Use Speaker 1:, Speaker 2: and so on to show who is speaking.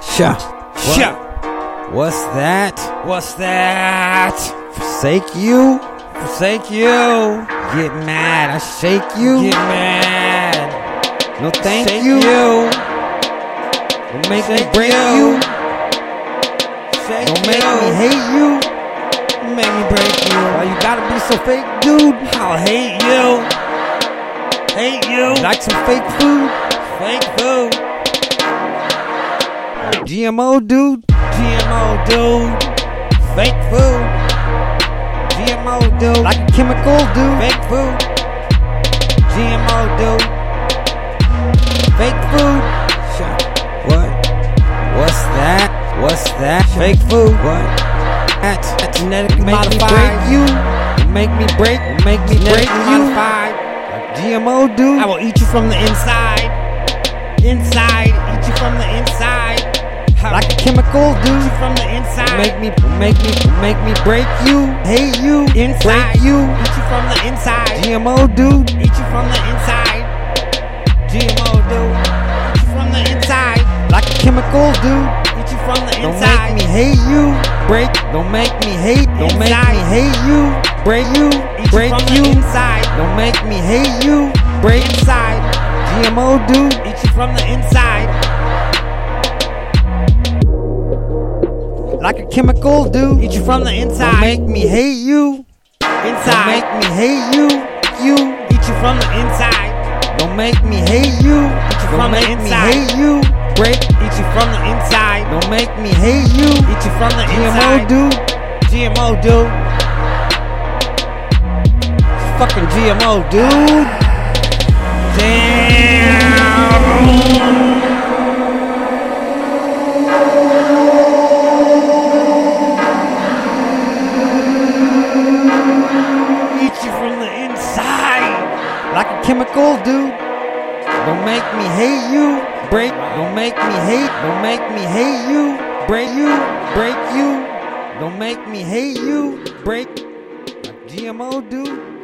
Speaker 1: Sha.
Speaker 2: What?
Speaker 1: What's that?
Speaker 2: What's that?
Speaker 1: Forsake you?
Speaker 2: Forsake you.
Speaker 1: Get mad. I shake you?
Speaker 2: Get mad.
Speaker 1: no thank
Speaker 2: Shake
Speaker 1: you.
Speaker 2: you.
Speaker 1: Don't make me
Speaker 2: Shake
Speaker 1: break
Speaker 2: you.
Speaker 1: you.
Speaker 2: Shake
Speaker 1: Don't make
Speaker 2: you.
Speaker 1: me hate you.
Speaker 2: Make me break you.
Speaker 1: Why you gotta be so fake, dude?
Speaker 2: I'll hate you. Hate you.
Speaker 1: Like some fake food?
Speaker 2: fake food.
Speaker 1: GMO, dude?
Speaker 2: GMO dude. Fake food. GMO dude.
Speaker 1: Like a chemical, dude?
Speaker 2: fake food. GMO dude. Fake food. Shut up.
Speaker 1: What? What's that? What's that?
Speaker 2: Fake food.
Speaker 1: What? That?
Speaker 2: Genetically
Speaker 1: Make
Speaker 2: modified.
Speaker 1: me break you? Make me break? Make me
Speaker 2: Genetically
Speaker 1: break you?
Speaker 2: modified.
Speaker 1: GMO, dude?
Speaker 2: I will eat you from the inside. Inside. Eat you from the inside. I
Speaker 1: like a
Speaker 2: will
Speaker 1: chemical,
Speaker 2: eat
Speaker 1: dude?
Speaker 2: you from the inside.
Speaker 1: Make me, make me, make me break you, hate you,
Speaker 2: inside.
Speaker 1: break you,
Speaker 2: Eat you from the inside.
Speaker 1: GMO dude,
Speaker 2: Eat you from the inside. GMO dude. Eat you from the inside.
Speaker 1: like a chemical dude.
Speaker 2: Eat you from the
Speaker 1: Don't
Speaker 2: inside.
Speaker 1: make me hate you, break. Don't make me hate. Don't make me
Speaker 2: Inside.
Speaker 1: hate you, break you,
Speaker 2: Eat
Speaker 1: break
Speaker 2: you from
Speaker 1: you.
Speaker 2: the inside.
Speaker 1: Don't make me hate you, break.
Speaker 2: Inside.
Speaker 1: GMO dude,
Speaker 2: Eat you from the inside.
Speaker 1: like a chemical dude.
Speaker 2: Eat you from the
Speaker 1: Don't
Speaker 2: inside.
Speaker 1: make me hate you. Don't make
Speaker 2: Inside.
Speaker 1: me hate you. You.
Speaker 2: Eat you from the inside.
Speaker 1: Don't make me hate you.
Speaker 2: you
Speaker 1: Don't
Speaker 2: from the
Speaker 1: make me
Speaker 2: inside.
Speaker 1: hate you. Break.
Speaker 2: Eat you from the inside.
Speaker 1: Don't make me hate you.
Speaker 2: Eat you from the
Speaker 1: GMO
Speaker 2: inside.
Speaker 1: dude.
Speaker 2: GMO dude. Fucking GMO dude. Damn. Eat you from the inside.
Speaker 1: Like a chemical dude. Don't make me hate you. Break. Don't make me hate. Don't make me hate you. Break you. Break you. Don't make me hate you. Break. Like GMO dude.